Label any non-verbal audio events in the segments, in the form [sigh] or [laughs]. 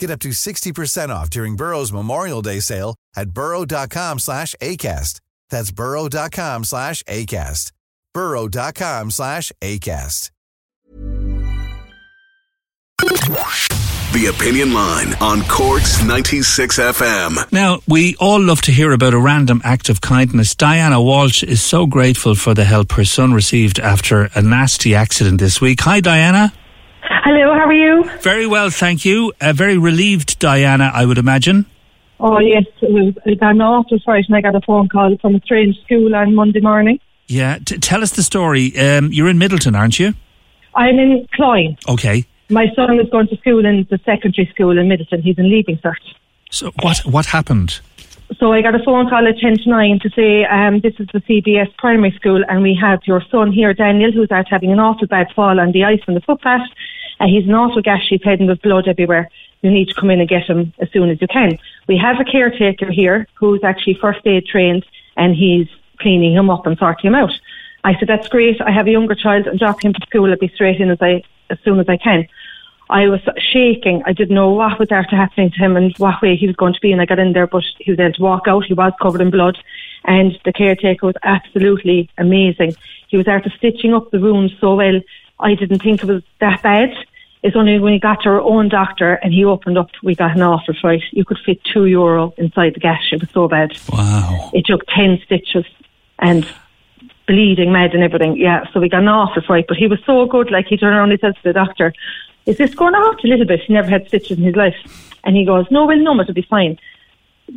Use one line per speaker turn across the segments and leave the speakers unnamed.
Get up to 60% off during Burrow's Memorial Day sale at burrow.com slash ACAST. That's burrow.com slash ACAST. burrow.com slash ACAST.
The Opinion Line on Cork's 96 FM.
Now, we all love to hear about a random act of kindness. Diana Walsh is so grateful for the help her son received after a nasty accident this week. Hi, Diana.
Hello, how are you?
Very well, thank you. Uh, very relieved, Diana, I would imagine.
Oh, yes, it was, it was an awful fright, and I got a phone call from a strange school on Monday morning.
Yeah, t- tell us the story. Um, you're in Middleton, aren't you?
I'm in Cloyne.
Okay.
My son is going to school in the secondary school in Middleton. He's in leaving cert.
So what what happened?
So I got a phone call at 10 to 9 to say, um, this is the CBS primary school and we have your son here, Daniel, who's out having an awful bad fall on the ice on the footpath. And he's an awful gaseous head and with blood everywhere. You need to come in and get him as soon as you can. We have a caretaker here who's actually first aid trained and he's cleaning him up and sorting him out. I said, that's great. I have a younger child and drop him to school. I'll be straight in as, I, as soon as I can. I was shaking. I didn't know what was after happening to him and what way he was going to be. And I got in there, but he was able to walk out. He was covered in blood. And the caretaker was absolutely amazing. He was after stitching up the wound so well. I didn't think it was that bad. It's only when he got to our own doctor and he opened up, we got an awful fight. You could fit two euro inside the gash. It was so bad.
Wow.
It took 10 stitches and bleeding mad and everything. Yeah, so we got an awful fight. But he was so good. Like he turned around and said to the doctor, is this going to hurt a little bit? He never had stitches in his life. And he goes, no, well, no, it'll be fine.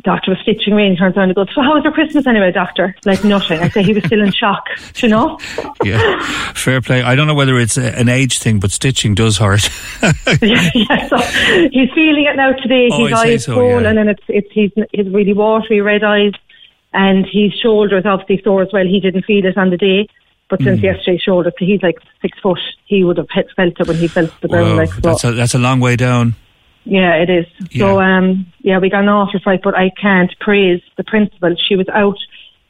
Doctor was stitching me and turns around and goes, so how was your Christmas anyway, doctor? Like nothing. I say he was still in shock, you know?
[laughs] Yeah, fair play. I don't know whether it's a, an age thing, but stitching does
[laughs]
hurt.
yeah, yeah, so he's feeling it now today.
Oh,
his
I say
eyes
so,
swollen
yeah.
and it's, it's, he's, he's really watery, red eyes. And his shoulders obviously sore as well. He didn't feel it on the day. But
Hmm.
since yesterday's shoulder, so he's like six foot, he would have he- felt it when he felt the ground.
Whoa,
like, so-
that's a, that's a long way down.
Yeah, it is. So, um, yeah, we got an awful fight, but I can't praise the principal. She was out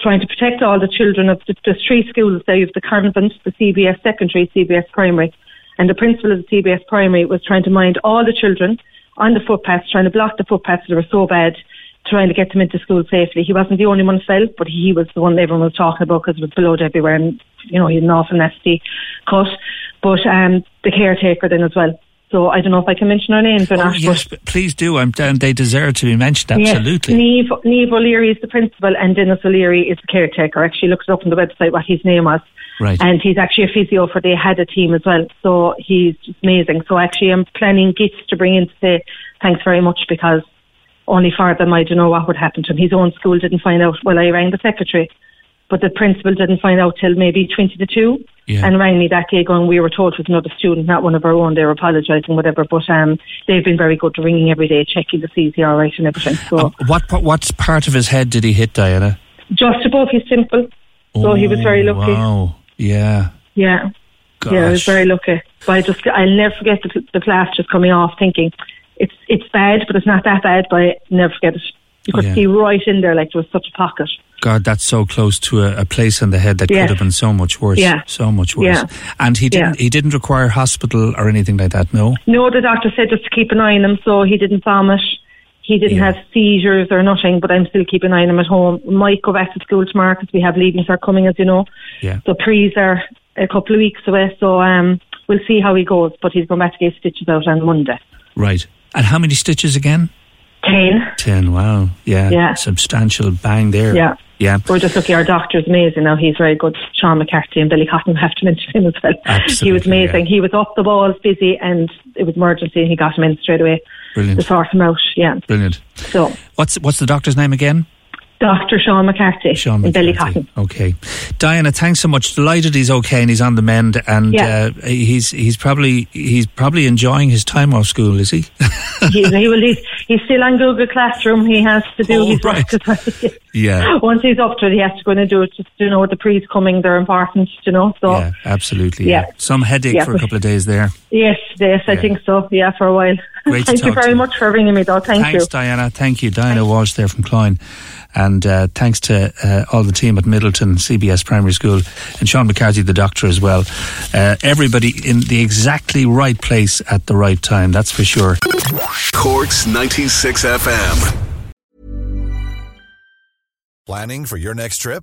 trying to protect all the children of the, the three schools there. You have the convent, the CBS secondary, CBS primary. And the principal of the CBS primary was trying to mind all the children on the footpaths, trying to block the footpaths that were so bad, trying to get them into school safely. He wasn't the only one who fell, but he was the one everyone was talking about because it was blood everywhere and, you know, he had an awful nasty cut. But um, the caretaker then as well. So I don't know if I can mention her names or
Oh,
not. but-
yes, p- please do. I'm, and they deserve to be mentioned, absolutely.
Yes, Neve, Neve O'Leary is the principal and Dennis O'Leary is the caretaker. I actually looked it up on the website what his name was.
Right.
And he's actually a physio for they had a team as well. So he's just amazing. So actually I'm planning gifts to bring in to say thanks very much because only for them I don't know what would happen to him. His own school didn't find out. Well, I rang the secretary. But the principal didn't find out till maybe 20 to 2
Yeah.
and rang me that day going, we were told it was another student, not one of our own. They were apologising, whatever. But um, they've been very good to ringing every day, checking the CZ all right and everything. So
Um, what, what what part of his head did he hit, Diana?
just above his temple. So he was
Oh,
very lucky.
Wow. Yeah.
Yeah.
Gosh.
Yeah, I was very lucky. But I just, I'll never forget the, the plasters coming off thinking, it's it's bad, but it's not that bad, but I never forget it. You could
Yeah.
see right in there like there was such a pocket.
God, that's so close to a, a place in the head that
Yeah.
could have been so much worse.
Yeah.
So much worse.
Yeah.
And he didn't
Yeah.
he didn't require hospital or anything like that, no?
No, the doctor said just to keep an eye on him, so he didn't vomit. He didn't
Yeah.
have seizures or nothing, but I'm still keeping an eye on him at home. Might go back to school tomorrow because we have leavings are coming, as you know.
Yeah.
So pre's are a couple of weeks away, so um, we'll see how he goes. But he's going back to get his stitches out on Monday.
Right. And how many stitches again?
Ten.
Ten. Wow. Yeah.
Yeah.
Substantial bang there.
Yeah.
Yeah.
We're just lucky our doctor's amazing now. He's very good. Sean McCarthy and Billy Cotton, I have to mention him as well.
Absolutely,
he was amazing.
yeah.
He was up the balls, busy, and it was emergency, and he got him in straight away
Brilliant.
to sort him out. Yeah.
Brilliant.
So,
What's what's the doctor's name again?
Dr. Sean McCarthy
Sean
in Billy
McCarthy.
Cotton.
Okay, Diana, thanks so much. Delighted he's okay and he's on the mend, and
Yeah.
uh, he's he's probably he's probably enjoying his time off school, is he? [laughs]
he's, he will, he's, he's still on Google Classroom. He has to do
Oh,
his
right.
work.
yeah,
[laughs] Once he's up to it, he has to go in and do it. Just, you know, the pre's coming, they're important, you know. So,
yeah, absolutely.
Yeah.
some headache
Yeah.
for a couple of days there.
yes, yes, I
Yeah.
think so. Yeah, for a while. [laughs]
Great to
Thank you
talk to
very
you.
much for ringing me, though. Thank
thanks,
you.
Diana. Thank you, Diana Walsh there from Clyne, and uh, thanks to uh, all the team at Middleton CBS Primary School and Sean McCarthy, the doctor, as well. Uh, everybody in the exactly right place at the right time. That's for sure.
Corks 96 FM.
Planning for your next trip?